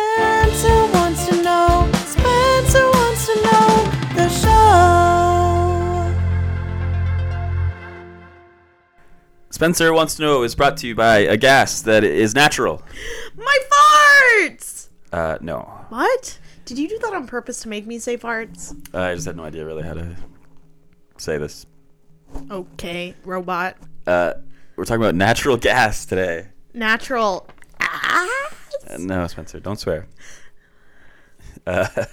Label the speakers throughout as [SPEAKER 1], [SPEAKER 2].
[SPEAKER 1] Spencer wants to know. Spencer wants to know the show.
[SPEAKER 2] Spencer wants to know is brought to you by a gas that is natural.
[SPEAKER 1] My farts.
[SPEAKER 2] Uh, no,
[SPEAKER 1] What? Did you do that on purpose to make me say farts?
[SPEAKER 2] uh, I just had no idea really how to say this.
[SPEAKER 1] Okay, robot.
[SPEAKER 2] Uh, we're talking about natural gas today.
[SPEAKER 1] Natural. Ah.
[SPEAKER 2] Uh, no, Spencer, don't swear. Uh, uh,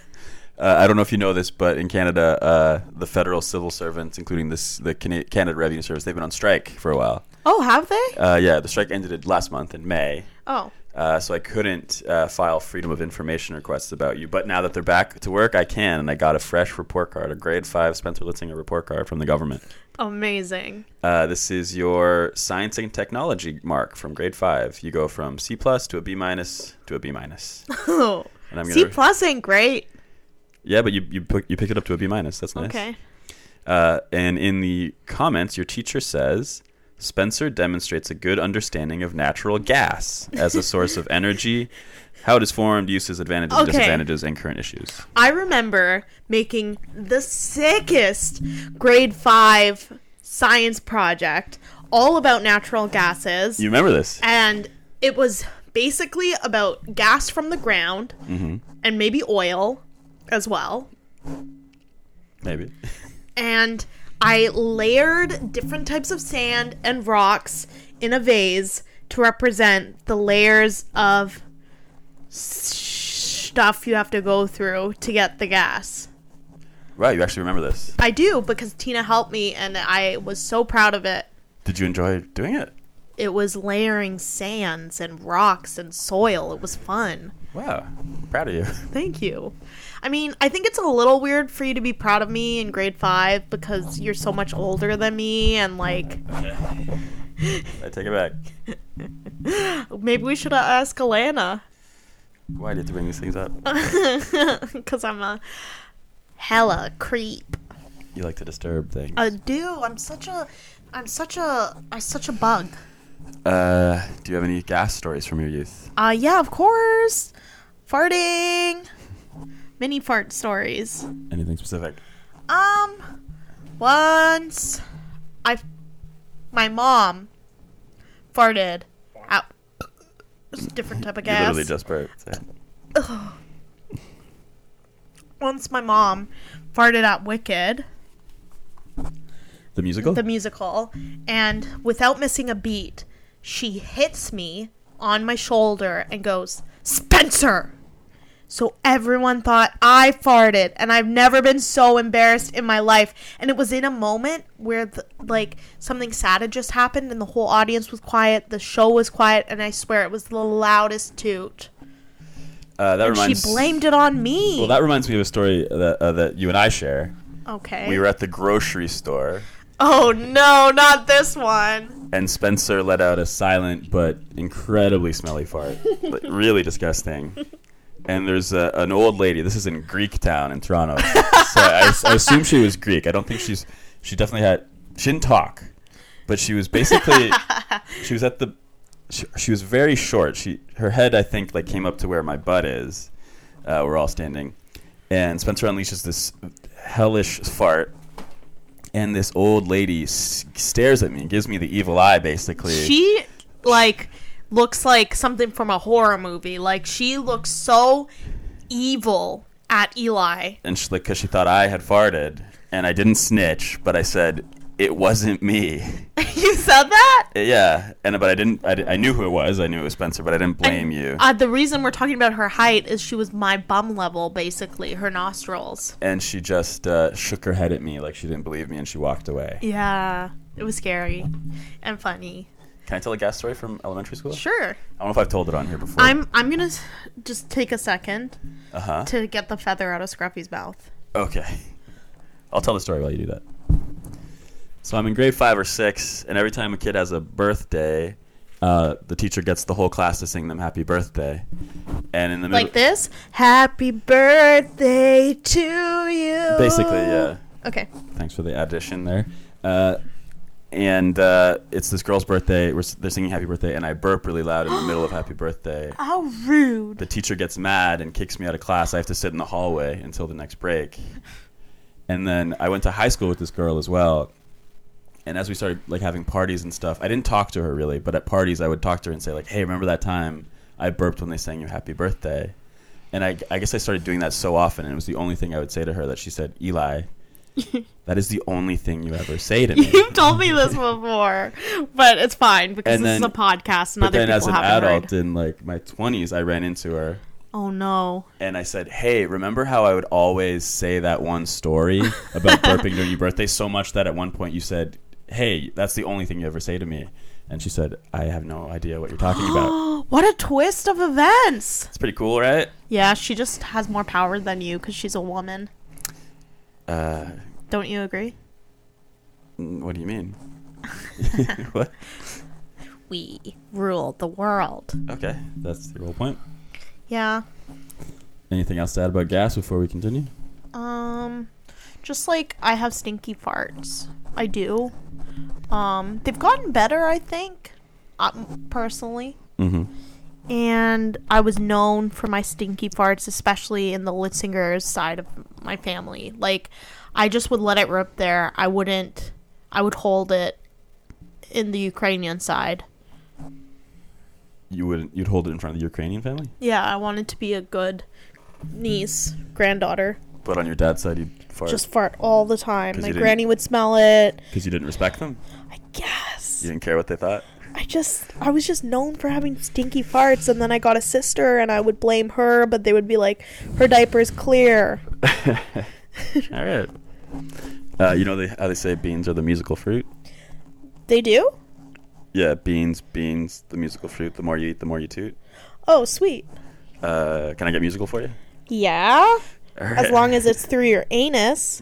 [SPEAKER 2] I don't know if you know this, but in Canada, uh, the federal civil servants, including this the Cana- Canada Revenue Service, they've been on strike for a while.
[SPEAKER 1] Oh, have they?
[SPEAKER 2] Uh, yeah, the strike ended last month in May.
[SPEAKER 1] Oh.
[SPEAKER 2] Uh, so I couldn't uh, file Freedom of Information requests about you. But now that they're back to work, I can, and I got a fresh report card, a grade five Spencer Litzinger report card from the government.
[SPEAKER 1] Amazing.
[SPEAKER 2] Uh, this is your science and technology mark from grade five. You go from C plus to a B minus to a B minus.
[SPEAKER 1] Oh.
[SPEAKER 2] And I'm
[SPEAKER 1] C
[SPEAKER 2] gonna-
[SPEAKER 1] plus ain't great.
[SPEAKER 2] Yeah, but you you, pick- you picked it up to a B minus. That's nice.
[SPEAKER 1] Okay.
[SPEAKER 2] Uh, and in the comments, your teacher says Spencer demonstrates a good understanding of natural gas as a source of energy, how it is formed, uses, advantages,
[SPEAKER 1] Okay.
[SPEAKER 2] disadvantages, and current issues.
[SPEAKER 1] I remember making the sickest grade five science project all about natural gases.
[SPEAKER 2] You remember this?
[SPEAKER 1] and it was basically about gas from the ground and maybe oil as well.
[SPEAKER 2] Maybe.
[SPEAKER 1] And I layered different types of sand and rocks in a vase to represent the layers of s- stuff you have to go through to get the gas.
[SPEAKER 2] Right, you actually remember this.
[SPEAKER 1] I do because Tina helped me and I was so proud of it.
[SPEAKER 2] Did you enjoy doing it?
[SPEAKER 1] It was layering sands and rocks and soil. It was fun.
[SPEAKER 2] Wow. Proud of you.
[SPEAKER 1] Thank you. I mean, I think it's a little weird for you to be proud of me in grade five because you're so much older than me, and like
[SPEAKER 2] I take it back.
[SPEAKER 1] maybe we should ask Alana
[SPEAKER 2] Why do you have to bring these things up?
[SPEAKER 1] because I'm a hella creep.
[SPEAKER 2] You like to disturb things.
[SPEAKER 1] I do. I'm such a, I'm such a, I'm such a bug.
[SPEAKER 2] Uh, do you have any gas stories from your youth?
[SPEAKER 1] Uh, yeah, of course. Farting, mini fart stories.
[SPEAKER 2] Anything specific?
[SPEAKER 1] Um, once I, my mom farted out. It's a different type of
[SPEAKER 2] You
[SPEAKER 1] gas.
[SPEAKER 2] literally just burped. so.
[SPEAKER 1] Once my mom farted out Wicked,
[SPEAKER 2] The musical?
[SPEAKER 1] the musical, and without missing a beat, she hits me on my shoulder and goes, Spencer! So everyone thought I farted, and I've never been so embarrassed in my life. And it was in a moment where, the, like, something sad had just happened, and the whole audience was quiet, the show was quiet, and I swear it was the loudest toot.
[SPEAKER 2] uh, that
[SPEAKER 1] She
[SPEAKER 2] reminds
[SPEAKER 1] blamed it on me.
[SPEAKER 2] Well, that reminds me of a story that, uh, that you and I share.
[SPEAKER 1] okay.
[SPEAKER 2] We were at the grocery store,
[SPEAKER 1] oh no, not this one.
[SPEAKER 2] and Spencer let out a silent but incredibly smelly fart. like, really disgusting. And there's a, an old lady. This is in Greek town in Toronto. so I, s- I assume she was Greek. I don't think she's. She definitely had. She didn't talk, but she was basically. she was at the. She, she was very short. She her head I think like came up to where my butt is. Uh, we're all standing, and Spencer unleashes this hellish fart, and this old lady s- stares at me, gives me the evil eye, basically.
[SPEAKER 1] She like looks like something from a horror movie. Like she looks so evil at Eli.
[SPEAKER 2] and she, like because she thought I had farted, and I didn't snitch, but I said it wasn't me.
[SPEAKER 1] you said that?
[SPEAKER 2] yeah, and but I didn't. I, di- I knew who it was. I knew it was Spencer, but I didn't blame you.
[SPEAKER 1] Uh, the reason we're talking about her height is she was my bum level, basically, her nostrils.
[SPEAKER 2] and she just uh, shook her head at me like she didn't believe me, and she walked away.
[SPEAKER 1] Yeah. It was scary and funny.
[SPEAKER 2] Can I tell a gas story from elementary school?
[SPEAKER 1] Sure.
[SPEAKER 2] I don't know if I've told it on here before.
[SPEAKER 1] I'm I'm gonna s- just take a second
[SPEAKER 2] Uh huh.
[SPEAKER 1] to get the feather out of Scruffy's mouth.
[SPEAKER 2] Okay. I'll tell the story while you do that. So I'm in grade five or six, and every time a kid has a birthday, uh, the teacher gets the whole class to sing them happy birthday. And in the middle,
[SPEAKER 1] Like this? Happy birthday to you.
[SPEAKER 2] basically, yeah.
[SPEAKER 1] Okay.
[SPEAKER 2] Thanks for the addition there. Uh, and uh, it's this girl's birthday. We're, s- they're singing Happy Birthday, and I burp really loud in the middle of Happy Birthday.
[SPEAKER 1] How rude.
[SPEAKER 2] The teacher gets mad and kicks me out of class. I have to sit in the hallway until the next break. And then I went to high school with this girl as well. And as we started like having parties and stuff, I didn't talk to her really, but at parties I would talk to her and say like, "Hey, remember that time I burped when they sang you Happy Birthday?" And I, I guess I started doing that so often, and it was the only thing I would say to her that she said, "Eli, that is the only thing you ever say to me."
[SPEAKER 1] You've told me this before, but it's fine because
[SPEAKER 2] And
[SPEAKER 1] this
[SPEAKER 2] then-
[SPEAKER 1] is a podcast and
[SPEAKER 2] but
[SPEAKER 1] other
[SPEAKER 2] then
[SPEAKER 1] people
[SPEAKER 2] as an
[SPEAKER 1] haven't
[SPEAKER 2] adult
[SPEAKER 1] heard.
[SPEAKER 2] in like my 20s i ran into her
[SPEAKER 1] Oh no.
[SPEAKER 2] and i said hey remember how i would always say that one story about burping during your birthday so much that at one point you said hey that's the only thing you ever say to me and she said i have no idea what you're talking about
[SPEAKER 1] What a twist of events.
[SPEAKER 2] it's pretty cool right
[SPEAKER 1] Yeah, she just has more power than you because she's a woman.
[SPEAKER 2] uh,
[SPEAKER 1] Don't you agree?
[SPEAKER 2] n- Mm, what do you mean what
[SPEAKER 1] We rule the world.
[SPEAKER 2] okay that's the whole point
[SPEAKER 1] Yeah.
[SPEAKER 2] anything else to add about gas before we continue
[SPEAKER 1] Um, just like I have stinky farts. I do. Um, they've gotten better, I think, um, personally.
[SPEAKER 2] mm-hmm
[SPEAKER 1] And I was known for my stinky farts, especially in the Litzinger's side of my family. Like, I just would let it rip there. I wouldn't, I would hold it in the Ukrainian side.
[SPEAKER 2] you would you'd hold it in front of the ukrainian family
[SPEAKER 1] Yeah, I wanted to be a good niece, granddaughter.
[SPEAKER 2] but on your dad's side you'd fart
[SPEAKER 1] Just fart all the time.
[SPEAKER 2] 'Cause
[SPEAKER 1] My
[SPEAKER 2] you didn't-
[SPEAKER 1] granny would smell it.
[SPEAKER 2] because you didn't respect them
[SPEAKER 1] I guess.
[SPEAKER 2] you didn't care what they thought
[SPEAKER 1] I just I was just known for having stinky farts and then I got a sister and I would blame her but they would be like her diaper's clear.
[SPEAKER 2] All right. Uh, you know they, how they say beans are the musical fruit?
[SPEAKER 1] They do?
[SPEAKER 2] Yeah, beans, beans, the musical fruit. The more you eat, the more you toot.
[SPEAKER 1] Oh, sweet.
[SPEAKER 2] Uh, can I get musical for you?
[SPEAKER 1] Yeah.
[SPEAKER 2] All right.
[SPEAKER 1] As long as it's through your anus.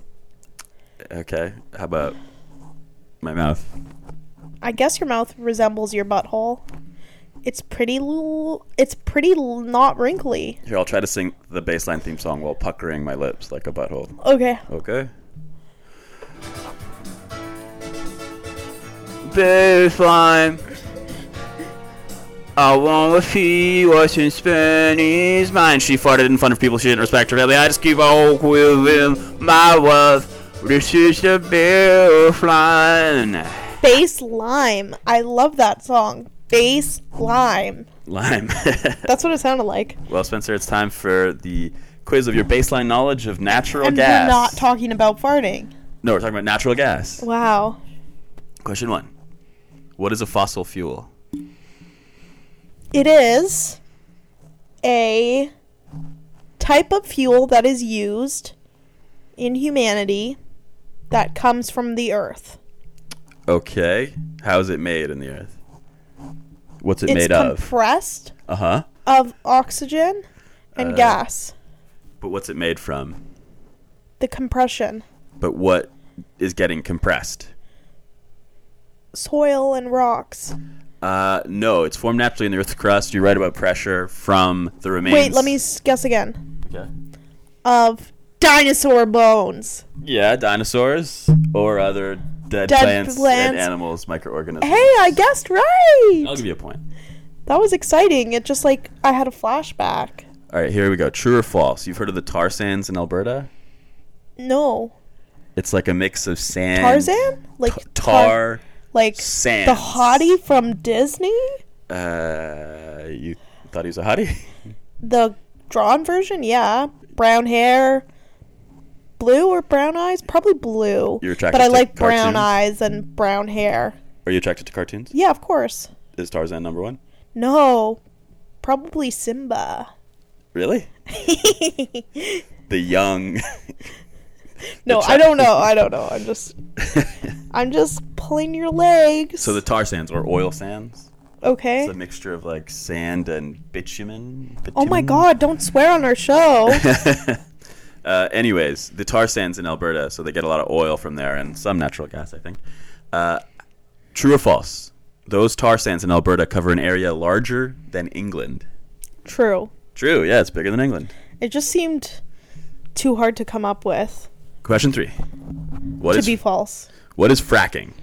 [SPEAKER 2] Okay. How about my mouth?
[SPEAKER 1] I guess your mouth resembles your butthole. It's pretty l- it's pretty l- not wrinkly.
[SPEAKER 2] Here, I'll try to sing the baseline theme song while puckering my lips like a butthole.
[SPEAKER 1] Okay.
[SPEAKER 2] Okay. Baseline. I wanna see what's in Spanish mind. She farted in front of people she didn't respect really. I just keep on quivering my worth. This is the baseline.
[SPEAKER 1] Face lime. I love that song. Face lime.
[SPEAKER 2] Lime.
[SPEAKER 1] That's what it sounded like.
[SPEAKER 2] well, Spencer, it's time for the quiz of your baseline knowledge of natural
[SPEAKER 1] and
[SPEAKER 2] gas.
[SPEAKER 1] we're not talking about farting.
[SPEAKER 2] no, we're talking about natural gas.
[SPEAKER 1] Wow.
[SPEAKER 2] Question one What is a fossil fuel?
[SPEAKER 1] It is a type of fuel that is used in humanity that comes from the earth.
[SPEAKER 2] Okay. How is it made in the earth? What's it
[SPEAKER 1] It's
[SPEAKER 2] made of?
[SPEAKER 1] compressed
[SPEAKER 2] Uh huh.
[SPEAKER 1] of oxygen and
[SPEAKER 2] Uh,
[SPEAKER 1] gas.
[SPEAKER 2] But what's it made from?
[SPEAKER 1] The compression,
[SPEAKER 2] But what is getting compressed?
[SPEAKER 1] soil and rocks.
[SPEAKER 2] Uh, no, it's formed naturally in the Earth's crust. You're right about pressure from the remains.
[SPEAKER 1] Wait, let me s- guess again.
[SPEAKER 2] Okay.
[SPEAKER 1] Of dinosaur bones.
[SPEAKER 2] Yeah, dinosaurs or other dead,
[SPEAKER 1] Dead
[SPEAKER 2] plants, and
[SPEAKER 1] plants.
[SPEAKER 2] animals, microorganisms.
[SPEAKER 1] Hey, I guessed right.
[SPEAKER 2] I'll give you a point.
[SPEAKER 1] That was exciting. It just like I had a flashback.
[SPEAKER 2] All right, here we go. True or false? You've heard of the tar sands in Alberta?
[SPEAKER 1] No.
[SPEAKER 2] It's like a mix of sand,
[SPEAKER 1] Tarzan? Like tar-
[SPEAKER 2] tar.
[SPEAKER 1] like
[SPEAKER 2] Sans.
[SPEAKER 1] the hottie from Disney,
[SPEAKER 2] Uh, you thought he was a hottie?
[SPEAKER 1] the drawn version, yeah, brown hair, blue or brown eyes, probably blue.
[SPEAKER 2] You're attracted
[SPEAKER 1] but I
[SPEAKER 2] to
[SPEAKER 1] like brown
[SPEAKER 2] cartoons?
[SPEAKER 1] eyes and brown hair.
[SPEAKER 2] Are you attracted to cartoons?
[SPEAKER 1] Yeah, of course.
[SPEAKER 2] Is Tarzan number one?
[SPEAKER 1] No, probably Simba.
[SPEAKER 2] Really? The young.
[SPEAKER 1] no, I don't know. I don't know. I'm just, I'm just pulling your legs.
[SPEAKER 2] so the tar sands or oil sands.
[SPEAKER 1] okay.
[SPEAKER 2] It's a mixture of like sand and bitumen.
[SPEAKER 1] Eh. Oh my
[SPEAKER 2] bitumen?
[SPEAKER 1] God! Don't swear on our show.
[SPEAKER 2] Uh, anyways, the tar sands in Alberta, so they get a lot of oil from there and some natural gas, I think. Uh, true or false? Those tar sands in Alberta cover an area larger than England.
[SPEAKER 1] True.
[SPEAKER 2] True. Yeah, it's bigger than England.
[SPEAKER 1] It just seemed too hard to come up with
[SPEAKER 2] Question three. What
[SPEAKER 1] to
[SPEAKER 2] is
[SPEAKER 1] be false.
[SPEAKER 2] what is fracking?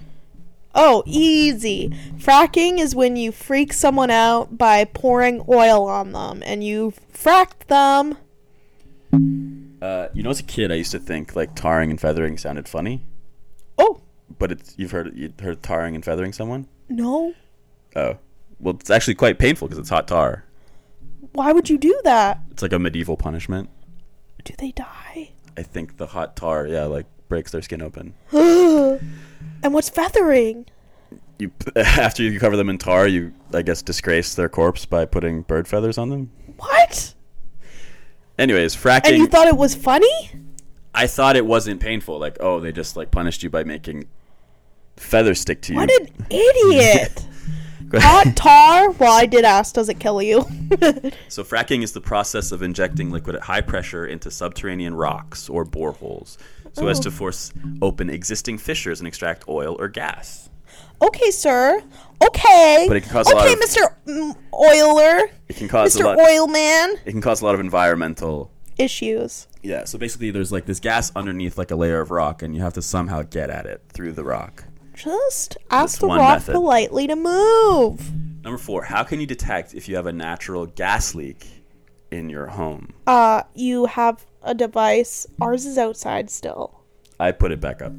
[SPEAKER 1] Oh, easy. Fracking is when you freak someone out by pouring oil on them and you fracked them.
[SPEAKER 2] Uh, you know, as a kid, I used to think like tarring and feathering sounded funny,
[SPEAKER 1] Oh,
[SPEAKER 2] but it's, you've heard you heard tarring and feathering someone.
[SPEAKER 1] no.
[SPEAKER 2] Oh, well, it's actually quite painful because it's hot tar.
[SPEAKER 1] Why would you do that?
[SPEAKER 2] It's like a medieval punishment.
[SPEAKER 1] Do they die?
[SPEAKER 2] I think the hot tar, yeah, like breaks their skin open.
[SPEAKER 1] and what's feathering?
[SPEAKER 2] You after you cover them in tar, you I guess disgrace their corpse by putting bird feathers on them.
[SPEAKER 1] What?
[SPEAKER 2] Anyways, fracking.
[SPEAKER 1] And you thought it was funny?
[SPEAKER 2] I thought it wasn't painful. Like, oh, they just like punished you by making feathers stick to you.
[SPEAKER 1] What an idiot.
[SPEAKER 2] Go
[SPEAKER 1] Hot
[SPEAKER 2] ahead.
[SPEAKER 1] tar? Well, I did ask, does it kill you?
[SPEAKER 2] So fracking is the process of injecting liquid at high pressure into subterranean rocks or boreholes, so as to force open existing fissures and extract oil or gas.
[SPEAKER 1] okay, sir. Okay.
[SPEAKER 2] But it can cause a
[SPEAKER 1] okay,
[SPEAKER 2] lot of-
[SPEAKER 1] Mr. Mm, Oiler.
[SPEAKER 2] It can cause a
[SPEAKER 1] Mr.
[SPEAKER 2] lot.
[SPEAKER 1] Oilman.
[SPEAKER 2] It can cause a lot of environmental.
[SPEAKER 1] Issues.
[SPEAKER 2] Yeah. So basically, there's like this gas underneath like a layer of rock, and you have to somehow get at it through the rock.
[SPEAKER 1] Just ask
[SPEAKER 2] That's
[SPEAKER 1] the
[SPEAKER 2] one
[SPEAKER 1] rock
[SPEAKER 2] method.
[SPEAKER 1] politely to move.
[SPEAKER 2] Number four. How can you detect if you have a natural gas leak in your home?
[SPEAKER 1] Uh, you have a device. Ours is outside still.
[SPEAKER 2] I put it back up.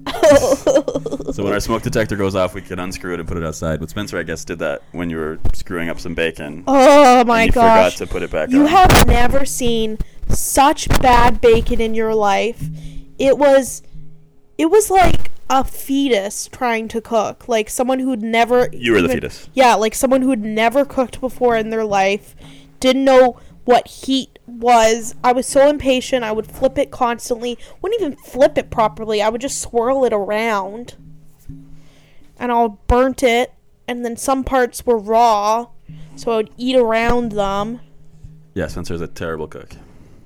[SPEAKER 2] so when our smoke detector goes off, we can unscrew it and put it outside. But Spencer, I guess, did that when you were screwing up some bacon.
[SPEAKER 1] Oh my
[SPEAKER 2] and you
[SPEAKER 1] gosh.
[SPEAKER 2] forgot to put it back
[SPEAKER 1] You
[SPEAKER 2] on.
[SPEAKER 1] have never seen such bad bacon in your life. It was it was like a fetus trying to cook, like someone who'd never
[SPEAKER 2] You were the fetus.
[SPEAKER 1] Yeah, like someone who'd never cooked before in their life, didn't know what heat was. I was so impatient. I would flip it constantly. Wouldn't even flip it properly. I would just swirl it around. And I'll burnt it and then some parts were raw, so I would eat around them.
[SPEAKER 2] Yeah, Spencer's a terrible cook.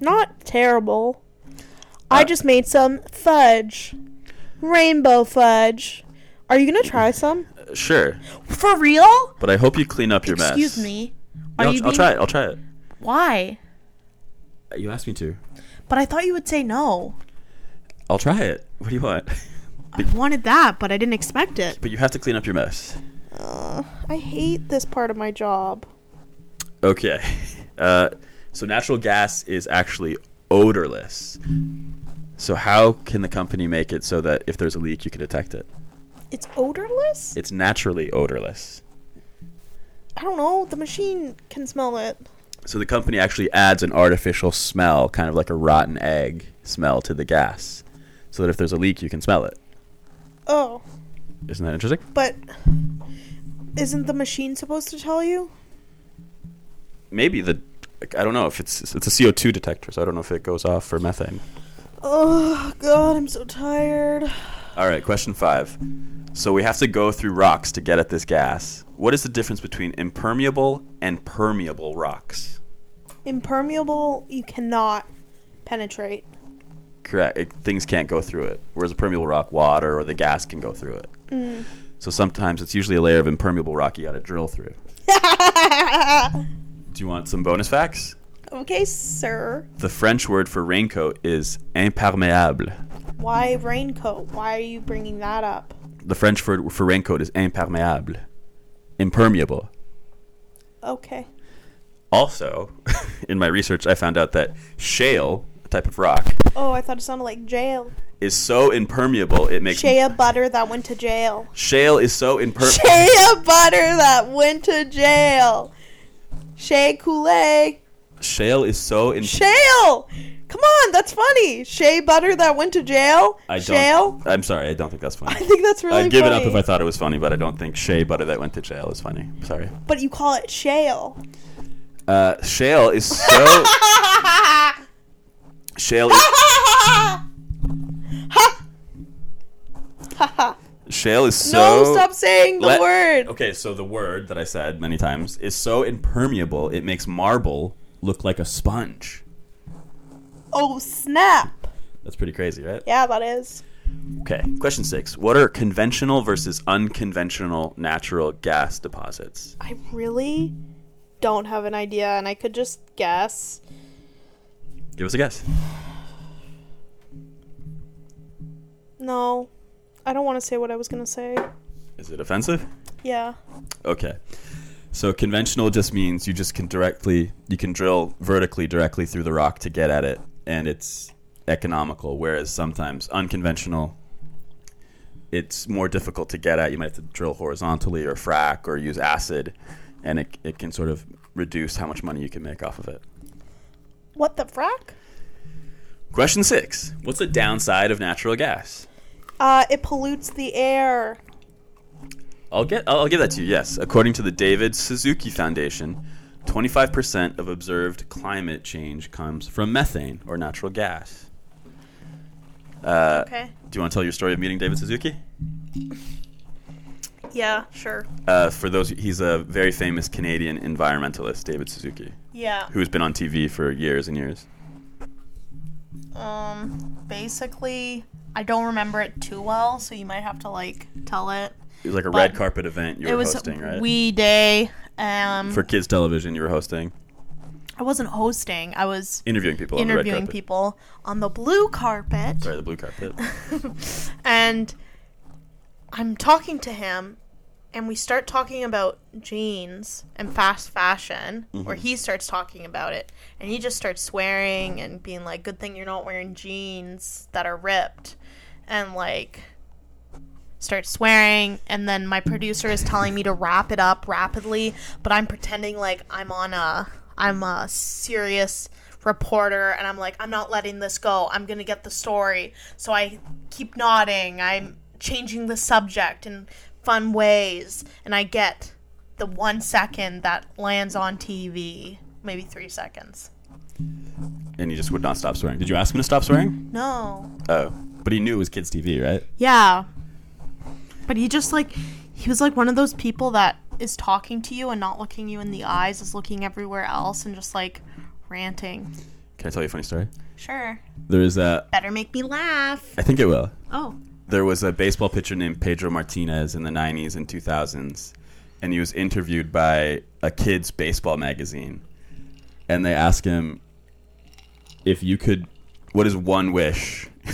[SPEAKER 1] Not terrible. I
[SPEAKER 2] Uh,
[SPEAKER 1] just made some fudge. Rainbow fudge. Are you gonna try some?
[SPEAKER 2] Sure,
[SPEAKER 1] For real?
[SPEAKER 2] but I hope you clean up your mess.
[SPEAKER 1] Excuse me.
[SPEAKER 2] Yeah,
[SPEAKER 1] Are
[SPEAKER 2] I'll,
[SPEAKER 1] you
[SPEAKER 2] I'll
[SPEAKER 1] being-
[SPEAKER 2] try it. I'll try it.
[SPEAKER 1] Why?
[SPEAKER 2] You asked me to.
[SPEAKER 1] But I thought you would say no.
[SPEAKER 2] I'll try it. What do you want?
[SPEAKER 1] I wanted that, but I didn't expect it.
[SPEAKER 2] But you have to clean up your mess.
[SPEAKER 1] I hate this part of my job.
[SPEAKER 2] Okay. Uh, so natural gas is actually odorless. So how can the company make it so that if there's a leak, you can detect it?
[SPEAKER 1] It's odorless?
[SPEAKER 2] It's naturally odorless.
[SPEAKER 1] I don't know. The machine can smell it.
[SPEAKER 2] So the company actually adds an artificial smell, kind of like a rotten egg smell, to the gas, so that if there's a leak, you can smell it.
[SPEAKER 1] Oh,
[SPEAKER 2] Isn't that interesting?
[SPEAKER 1] but isn't the machine supposed to tell you?
[SPEAKER 2] Maybe the like, I don't know if it's it's a CO2 detector, so I don't know if it goes off for methane.
[SPEAKER 1] Oh, God, I'm so tired.
[SPEAKER 2] All right, question five. So we have to go through rocks to get at this gas. What is the difference between impermeable and permeable rocks?
[SPEAKER 1] Impermeable, you cannot penetrate.
[SPEAKER 2] Correct. It, things can't go through it. Whereas a permeable rock, water or the gas can go through it. So sometimes it's usually a layer of impermeable rock you got to drill through. Do you want some bonus facts?
[SPEAKER 1] okay, sir.
[SPEAKER 2] The French word for raincoat is imperméable.
[SPEAKER 1] Why raincoat? Why are you bringing that up?
[SPEAKER 2] The French word for raincoat is imperméable, impermeable.
[SPEAKER 1] Okay.
[SPEAKER 2] Also, in my research, I found out that shale, a type of rock,
[SPEAKER 1] Oh, I thought it sounded like jail.
[SPEAKER 2] is so impermeable it makes
[SPEAKER 1] Shea butter that went to jail.
[SPEAKER 2] shale is so impermeable.
[SPEAKER 1] Shea butter that went to jail. Shea Kool-Aid.
[SPEAKER 2] shale is so in.
[SPEAKER 1] Shale! Come on, that's funny. Shea butter that went to jail.
[SPEAKER 2] I don't.
[SPEAKER 1] Shale?
[SPEAKER 2] I'm sorry. I don't think that's
[SPEAKER 1] I
[SPEAKER 2] funny.
[SPEAKER 1] think that's really
[SPEAKER 2] I'd give
[SPEAKER 1] funny.
[SPEAKER 2] it up if I thought it was funny, but I don't think shea butter that went to jail is funny. Sorry.
[SPEAKER 1] But you call it shale.
[SPEAKER 2] Uh, shale is so shale is,
[SPEAKER 1] ha! Ha!
[SPEAKER 2] shale is so.
[SPEAKER 1] No, stop saying the
[SPEAKER 2] Let-
[SPEAKER 1] word.
[SPEAKER 2] Okay, so the word that I said many times is so impermeable it makes marble look like a sponge.
[SPEAKER 1] Oh, snap.
[SPEAKER 2] That's pretty crazy, right?
[SPEAKER 1] Yeah, that is.
[SPEAKER 2] Okay. Question six: What are conventional versus unconventional natural gas deposits?
[SPEAKER 1] I really don't have an idea, and I could just guess.
[SPEAKER 2] Give us a guess.
[SPEAKER 1] No, I don't want to say what I was going to say.
[SPEAKER 2] Is it offensive?
[SPEAKER 1] Yeah.
[SPEAKER 2] Okay. So conventional just means you just can directly you can drill vertically directly through the rock to get at it and it's economical whereas sometimes unconventional it's more difficult to get at. You might have to drill horizontally or frack or use acid and it it can sort of reduce how much money you can make off of it.
[SPEAKER 1] What the frack?
[SPEAKER 2] Question 6. What's the downside of natural gas?
[SPEAKER 1] Uh, it pollutes the air.
[SPEAKER 2] I'll get. I'll I'll give that to you. Yes, according to the David Suzuki Foundation, 25% of observed climate change comes from methane or natural gas. Uh,
[SPEAKER 1] Okay.
[SPEAKER 2] Do you want to tell your story of meeting David Suzuki?
[SPEAKER 1] Yeah, sure.
[SPEAKER 2] Uh, for those, he's a very famous Canadian environmentalist, David Suzuki,
[SPEAKER 1] Yeah.
[SPEAKER 2] who's been on TV for years and years.
[SPEAKER 1] Um, basically, I don't remember it too well, so you might have to like tell it.
[SPEAKER 2] It was like a
[SPEAKER 1] But
[SPEAKER 2] red carpet event you
[SPEAKER 1] it
[SPEAKER 2] were
[SPEAKER 1] was
[SPEAKER 2] hosting, right?
[SPEAKER 1] We Day. Um,
[SPEAKER 2] for kids television, you were hosting,
[SPEAKER 1] I wasn't hosting. I was
[SPEAKER 2] interviewing people on the red
[SPEAKER 1] interviewing
[SPEAKER 2] carpet.
[SPEAKER 1] people on the blue carpet,
[SPEAKER 2] Sorry, the blue carpet.
[SPEAKER 1] and I'm talking to him, and we start talking about jeans and fast fashion, or he starts talking about it, and he just starts swearing and being like, "Good thing you're not wearing jeans that are ripped," and like starts swearing and then my producer is telling me to wrap it up rapidly but i'm pretending like i'm on a i'm a serious reporter and i'm like i'm not letting this go i'm gonna get the story so i keep nodding i'm changing the subject in fun ways and i get the one second that lands on tv maybe three seconds
[SPEAKER 2] and he just would not stop swearing. Did you ask him to stop swearing?
[SPEAKER 1] no
[SPEAKER 2] Oh, but he knew it was kids TV, right?
[SPEAKER 1] Yeah. But he just like he was like one of those people that is talking to you and not looking you in the eyes, is looking everywhere else and just like ranting.
[SPEAKER 2] Can I tell you a funny story?
[SPEAKER 1] Sure.
[SPEAKER 2] There is a.
[SPEAKER 1] Better make me laugh.
[SPEAKER 2] I think it will.
[SPEAKER 1] Oh.
[SPEAKER 2] there was a baseball pitcher named Pedro Martinez in the 90s and 2000s, and he was interviewed by a kids' baseball magazine. And they asked him if you could, what is one wish?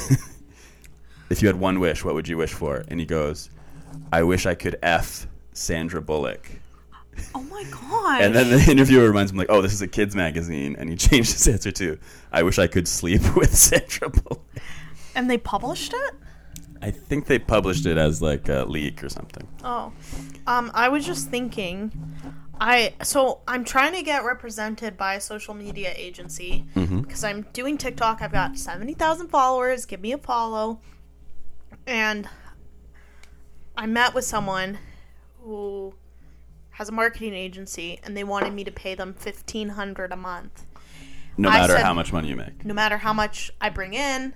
[SPEAKER 2] if you had one wish, what would you wish for? And he goes, I wish I could F Sandra Bullock.
[SPEAKER 1] Oh my god.
[SPEAKER 2] And then the interviewer reminds him, like, oh, this is a kids' magazine. And he changed his answer to, I wish I could sleep with Sandra Bullock.
[SPEAKER 1] and they published it?
[SPEAKER 2] I think they published it as, like, a leak or something.
[SPEAKER 1] Oh. Um, I was just thinking. I so I'm trying to get represented by a social media agency because I'm doing TikTok. I've got 70,000 followers. Give me a follow. And I met with someone who has a marketing agency and they wanted me to pay them 1500 a month
[SPEAKER 2] no
[SPEAKER 1] I
[SPEAKER 2] matter
[SPEAKER 1] said-
[SPEAKER 2] how much money you make.
[SPEAKER 1] no matter how much I bring in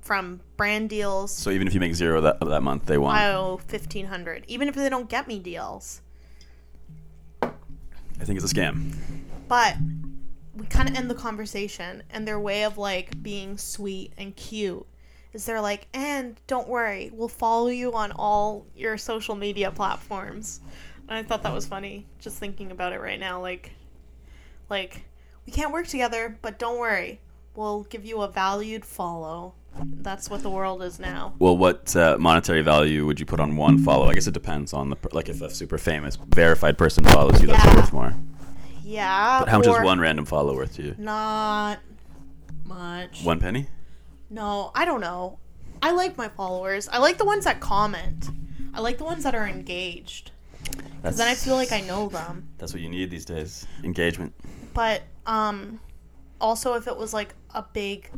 [SPEAKER 1] from brand deals
[SPEAKER 2] So even if you make zero that, that month, they want.
[SPEAKER 1] I owe 1500 even if they don't get me deals
[SPEAKER 2] I think it's a scam.
[SPEAKER 1] but we kind of end the conversation and their way of like being sweet and cute is they're like and don't worry we'll follow you on all your social media platforms and i thought that was funny just thinking about it right now like like we can't work together but don't worry we'll give you a valued follow that's what the world is now
[SPEAKER 2] Well, what uh, monetary value would you put on one follow? I guess it depends on the per- like if a super famous verified person follows you, that's
[SPEAKER 1] Yeah.
[SPEAKER 2] worth more.
[SPEAKER 1] yeah
[SPEAKER 2] But how much is
[SPEAKER 1] or
[SPEAKER 2] one random follow worth to you?
[SPEAKER 1] not much
[SPEAKER 2] One penny?
[SPEAKER 1] No, I don't know. I like my followers. I like the ones that comment. I like the ones that are engaged.
[SPEAKER 2] That's,
[SPEAKER 1] Cause then I feel like I know them.
[SPEAKER 2] that's what you need these days. Engagement.
[SPEAKER 1] But um also if it was like a big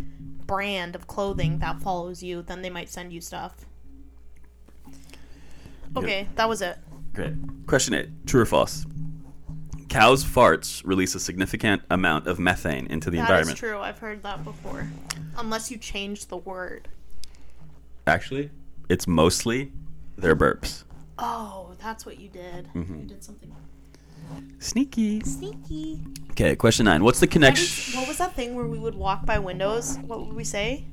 [SPEAKER 1] brand of clothing that follows you, then they might send you stuff. Okay, that was it.
[SPEAKER 2] Great. Question eight: True or false? Cows' farts release a significant amount of methane into the
[SPEAKER 1] That is
[SPEAKER 2] environment.
[SPEAKER 1] true. I've heard that before. Unless you change the word.
[SPEAKER 2] Actually, it's mostly their burps.
[SPEAKER 1] Oh, that's what you did.
[SPEAKER 2] Mm-hmm.
[SPEAKER 1] You did something
[SPEAKER 2] Sneaky.
[SPEAKER 1] sneaky.
[SPEAKER 2] Okay, question nine. What's the
[SPEAKER 1] What
[SPEAKER 2] connection?
[SPEAKER 1] was- What was that thing where we would walk by windows? What would we say?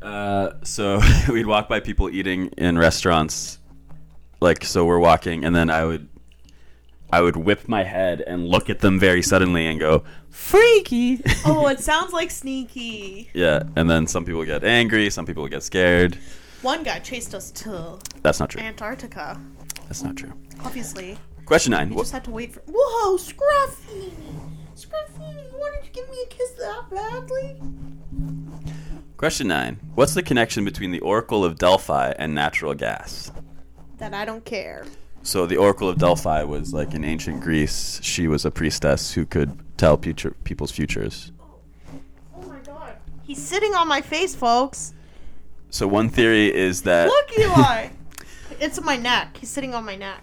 [SPEAKER 2] Uh, so we'd walk by people eating in restaurants, like so we're walking, and then I would, I would whip my head and look at them very suddenly and go, "Freaky!"
[SPEAKER 1] Oh, it sounds like sneaky.
[SPEAKER 2] yeah, and then some people get angry, some people get scared.
[SPEAKER 1] One guy chased us to
[SPEAKER 2] That's not true.
[SPEAKER 1] Antarctica.
[SPEAKER 2] That's not true.
[SPEAKER 1] Obviously.
[SPEAKER 2] Question nine.
[SPEAKER 1] You just had to wait for. Whoa, Scruffy! Scruffy, you wanted to give me a kiss that badly?
[SPEAKER 2] Wh- question nine. What's the connection between the Oracle of Delphi and natural gas?
[SPEAKER 1] That I don't care.
[SPEAKER 2] So the Oracle of Delphi was like in ancient Greece. She was a priestess who could tell future people's futures.
[SPEAKER 1] Oh my god. He's sitting on my face, folks.
[SPEAKER 2] So one theory is that
[SPEAKER 1] Look, Eli! it's my neck. He's sitting on my neck.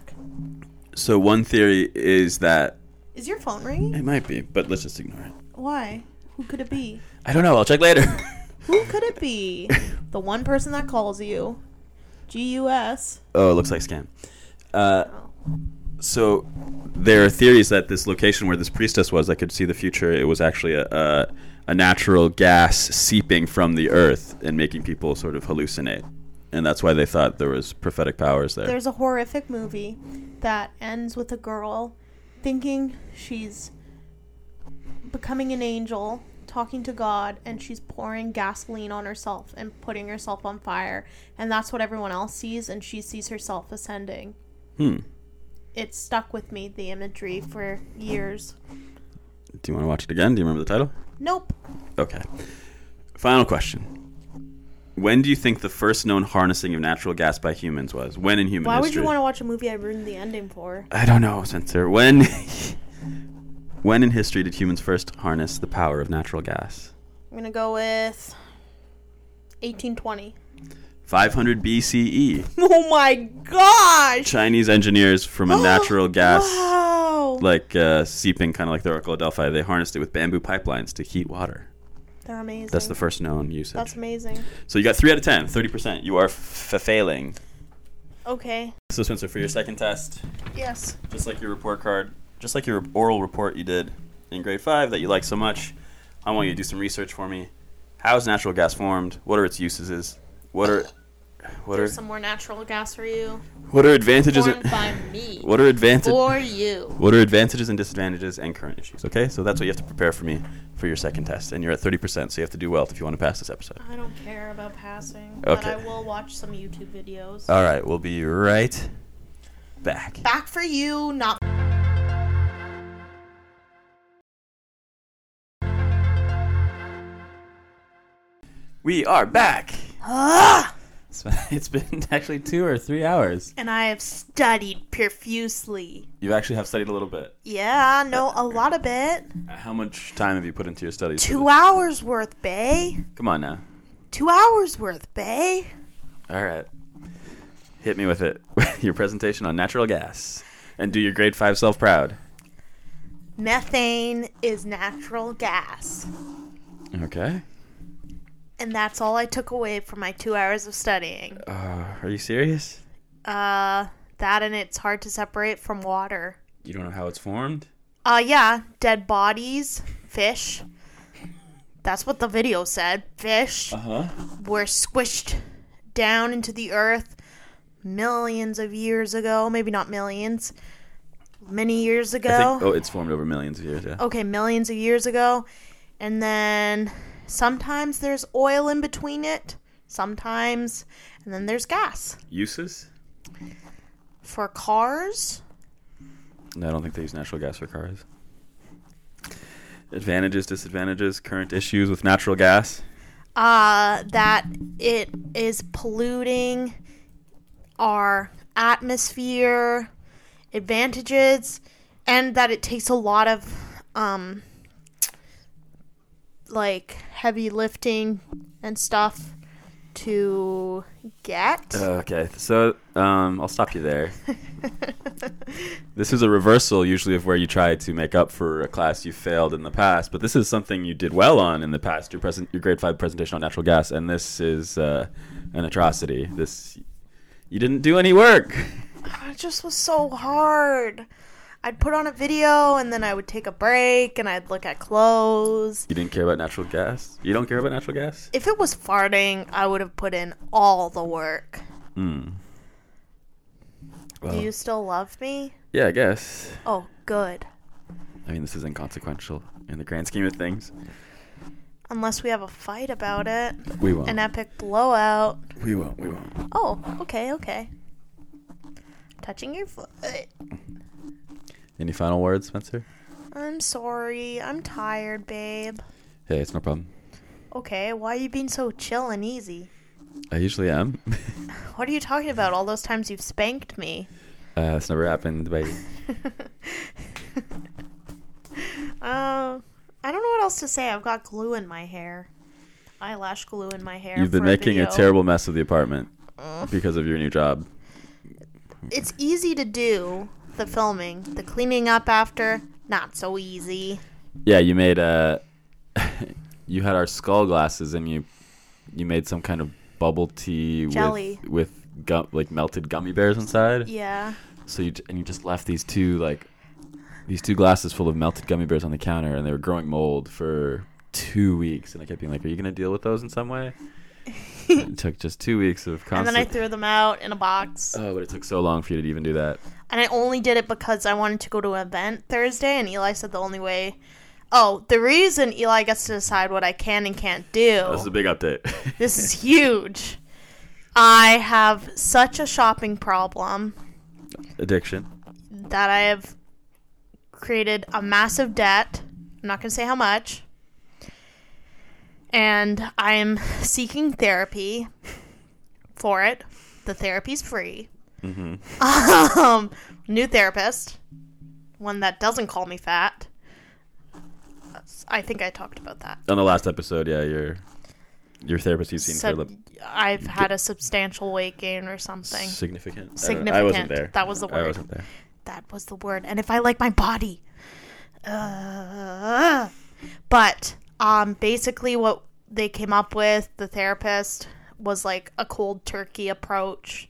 [SPEAKER 2] So one theory is that
[SPEAKER 1] Is your phone ringing?
[SPEAKER 2] it might be, but let's just ignore it.
[SPEAKER 1] Why? Who could it be?
[SPEAKER 2] I don't know. I'll check later.
[SPEAKER 1] Who could it be? the one person that calls you. G U S.
[SPEAKER 2] oh, it looks like scam. Uh,
[SPEAKER 1] Oh.
[SPEAKER 2] so there are theories that this location where this priestess was that could see the future, it was actually a, a, a natural gas seeping from the earth and making people sort of hallucinate. And that's why they thought there was prophetic powers there.
[SPEAKER 1] There's a horrific movie that ends with a girl thinking she's becoming an angel, talking to God, and she's pouring gasoline on herself and putting herself on fire. And that's what everyone else sees, and she sees herself ascending.
[SPEAKER 2] hmm.
[SPEAKER 1] It stuck with me, the imagery, for years.
[SPEAKER 2] Do you want to watch it again? Do you remember the title?
[SPEAKER 1] Nope.
[SPEAKER 2] Okay. Final question. When do you think the first known harnessing of natural gas by humans was? When in human
[SPEAKER 1] Why would
[SPEAKER 2] history?
[SPEAKER 1] you want to watch a movie I ruined the ending for?
[SPEAKER 2] I don't know, Censor. When when in history did humans first harness the power of natural gas?
[SPEAKER 1] I'm going to go with 1820.
[SPEAKER 2] 500 BCE.
[SPEAKER 1] Oh my gosh!
[SPEAKER 2] Chinese engineers from a natural gas
[SPEAKER 1] Wow.
[SPEAKER 2] like uh, seeping kind of like the Oracle of Delphi, they harnessed it with bamboo pipelines to heat water.
[SPEAKER 1] They're amazing.
[SPEAKER 2] That's the first known usage.
[SPEAKER 1] That's amazing.
[SPEAKER 2] so you got 3 out of 10, 30%. You are f- failing.
[SPEAKER 1] Okay.
[SPEAKER 2] So Spencer, for your second test,
[SPEAKER 1] Yes.
[SPEAKER 2] just like your report card, just like your oral report you did in grade five that you like so much. I want you to do some research for me. How is natural gas formed? What are its uses? What are what are
[SPEAKER 1] There's some more natural gas for you.
[SPEAKER 2] what are advantages?
[SPEAKER 1] Formed
[SPEAKER 2] And,
[SPEAKER 1] by me.
[SPEAKER 2] what are advantages?
[SPEAKER 1] For you.
[SPEAKER 2] What are advantages and disadvantages and current issues? Okay, so that's what you have to prepare for me for your second test, and you're at thirty percent, so you have to do well if you want to pass this episode.
[SPEAKER 1] I don't care about passing, but
[SPEAKER 2] Okay. Uh.
[SPEAKER 1] I will watch some YouTube videos.
[SPEAKER 2] All right, we'll be right back.
[SPEAKER 1] Back for you, not.
[SPEAKER 2] We are back.
[SPEAKER 1] Ah!
[SPEAKER 2] It's been- It's been actually two or three hours.
[SPEAKER 1] And I have studied profusely.
[SPEAKER 2] You actually have studied a little bit.
[SPEAKER 1] Yeah, no, a lot of it.
[SPEAKER 2] How much time have you put into your studies? for
[SPEAKER 1] Two
[SPEAKER 2] this?
[SPEAKER 1] hours worth, bae.
[SPEAKER 2] Come on now.
[SPEAKER 1] Two hours worth, bae.
[SPEAKER 2] All right. Hit me with it. your presentation on natural gas. And do your grade five self proud.
[SPEAKER 1] Methane is natural gas.
[SPEAKER 2] Okay.
[SPEAKER 1] And that's all I took away from my two hours of studying.
[SPEAKER 2] Uh, are you serious?
[SPEAKER 1] Uh, that and it's hard to separate from water.
[SPEAKER 2] You don't know how it's formed?
[SPEAKER 1] Uh, yeah, dead bodies, fish. That's what the video said. Fish
[SPEAKER 2] huh.
[SPEAKER 1] were squished down into the earth millions of years ago. Maybe not millions, many years
[SPEAKER 2] I
[SPEAKER 1] ago.
[SPEAKER 2] think, oh, it's formed over millions of years, yeah.
[SPEAKER 1] okay, millions of years ago. And then sometimes there's oil in between it, sometimes, and then there's gas
[SPEAKER 2] Uses?
[SPEAKER 1] for cars.
[SPEAKER 2] No, I don't think they use natural gas for cars. Advantages, disadvantages, current issues with natural gas.
[SPEAKER 1] uh, that it is polluting our atmosphere advantages and that it takes a lot of um like heavy lifting and stuff to get
[SPEAKER 2] Okay, so um, I'll stop you there. this is a reversal usually of where you try to make up for a class you failed in the past, but this is something you did well on in the past. Your present, your grade five presentation on natural gas, and this is uh, an atrocity. This you didn't do any work.
[SPEAKER 1] it just was so hard i'd put on a video and then i would take a break and i'd look at clothes
[SPEAKER 2] You didn't care about natural gas. You don't care about natural gas.
[SPEAKER 1] if it was farting i would have put in all the work
[SPEAKER 2] Hmm.
[SPEAKER 1] Do
[SPEAKER 2] Well,
[SPEAKER 1] you still love me?
[SPEAKER 2] yeah, I guess.
[SPEAKER 1] Oh, good.
[SPEAKER 2] I mean, this is inconsequential in the grand scheme of things.
[SPEAKER 1] Unless we have a fight about it.
[SPEAKER 2] We won't.
[SPEAKER 1] An epic blowout.
[SPEAKER 2] we won't. We won't.
[SPEAKER 1] Oh, okay, okay. touching your foot.
[SPEAKER 2] Any final words, Spencer?
[SPEAKER 1] I'm sorry. I'm tired, babe.
[SPEAKER 2] Hey, it's no problem.
[SPEAKER 1] Okay, why are you being so chill and easy?
[SPEAKER 2] I usually am.
[SPEAKER 1] What are you talking about? All those times you've spanked me.
[SPEAKER 2] uh, it's never happened, baby.
[SPEAKER 1] Uh, I don't know what else to say. I've got glue in my hair. Eyelash glue in my hair.
[SPEAKER 2] You've been
[SPEAKER 1] for
[SPEAKER 2] making a
[SPEAKER 1] video. Mm.
[SPEAKER 2] terrible mess of the apartment because of your new job.
[SPEAKER 1] It's easy to do the filming, the cleaning up after, not so easy.
[SPEAKER 2] Yeah, you made uh you had our skull glasses and you you made some kind of bubble tea
[SPEAKER 1] Jelly.
[SPEAKER 2] with with gum, like melted gummy bears inside.
[SPEAKER 1] Yeah.
[SPEAKER 2] So you j- and you just left these two like these two glasses full of melted gummy bears on the counter and they were growing mold for 2 weeks and I kept being like are you going to deal with those in some way? it took just 2 weeks of
[SPEAKER 1] And
[SPEAKER 2] constant
[SPEAKER 1] then I threw them out in a box.
[SPEAKER 2] Oh, but it took so long for you to even do that.
[SPEAKER 1] And I only did it because I wanted to go to an event Thursday, and Eli said the only way. Oh, the reason Eli gets to decide what I can and can't do.
[SPEAKER 2] This is a big update.
[SPEAKER 1] This is huge. I have such a shopping problem
[SPEAKER 2] Addiction.
[SPEAKER 1] that I have created a massive debt. I'm not going to say how much. And I am seeking therapy for it. The therapy's free. Um, new therapist, one that doesn't call me fat. That's- I think I talked about that.
[SPEAKER 2] On the last episode, yeah, your your therapist you've seen
[SPEAKER 1] Sub-
[SPEAKER 2] for the
[SPEAKER 1] I've had a substantial weight gain or something.
[SPEAKER 2] Significant. I don't- I,
[SPEAKER 1] Significant.
[SPEAKER 2] wasn't there.
[SPEAKER 1] That was the
[SPEAKER 2] I
[SPEAKER 1] word.
[SPEAKER 2] wasn't there.
[SPEAKER 1] That was the word. And if I like my body. Uh, but um, basically, what they came up with, the therapist, was like a cold turkey approach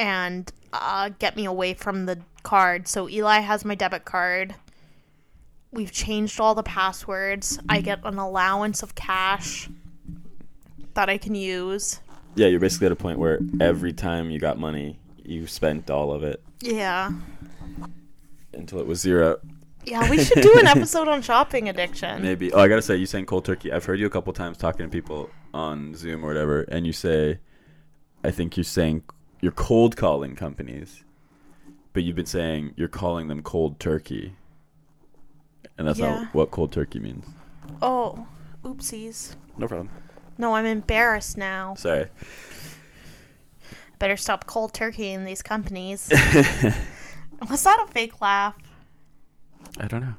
[SPEAKER 1] and uh, get me away from the card. So Eli has my debit card. We've changed all the passwords. I get an allowance of cash that I can use.
[SPEAKER 2] Yeah, you're basically at a point where every time you got money, you spent all of it
[SPEAKER 1] Yeah.
[SPEAKER 2] until it was zero.
[SPEAKER 1] Yeah, we should do an episode on shopping addiction.
[SPEAKER 2] Maybe. Oh, I gotta say, you saying cold turkey. I've heard you a couple times talking to people on Zoom or whatever, and you say, I think you're saying you're cold calling companies, but you've been saying you're calling them cold turkey, and that's
[SPEAKER 1] Yeah.
[SPEAKER 2] not what cold turkey means.
[SPEAKER 1] Oh, oopsies.
[SPEAKER 2] No problem.
[SPEAKER 1] No, I'm embarrassed now.
[SPEAKER 2] Sorry.
[SPEAKER 1] Better stop cold turkey in these companies. Was that a fake laugh?
[SPEAKER 2] I don't know.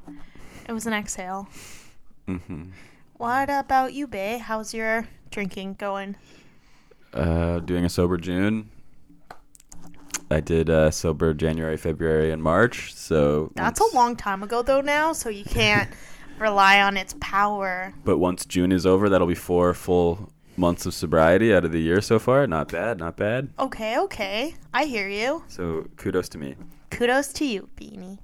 [SPEAKER 1] It was an exhale. Mm-hmm. What about you, Bay? How's your drinking going?
[SPEAKER 2] Uh, doing a sober June. I did uh, sober January, February, and March. So
[SPEAKER 1] That's
[SPEAKER 2] once-
[SPEAKER 1] a long time ago, though, now, so you can't rely on its power.
[SPEAKER 2] But once June is over, that'll be four full months of sobriety out of the year so far. Not bad, not bad.
[SPEAKER 1] Okay, okay. I hear you.
[SPEAKER 2] So kudos to me,
[SPEAKER 1] Kudos to you, Beanie.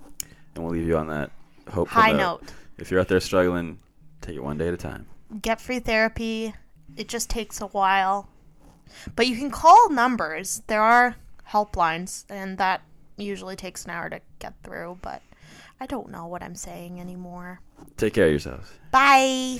[SPEAKER 2] and we'll leave you on that hopeful
[SPEAKER 1] High
[SPEAKER 2] note.
[SPEAKER 1] note.
[SPEAKER 2] If you're out there struggling, take it one day at a time.
[SPEAKER 1] get free therapy. It just takes a while. But you can call numbers. There are helplines, and that usually takes an hour to get through. But I don't know what I'm saying anymore.
[SPEAKER 2] Take care of yourselves.
[SPEAKER 1] Bye.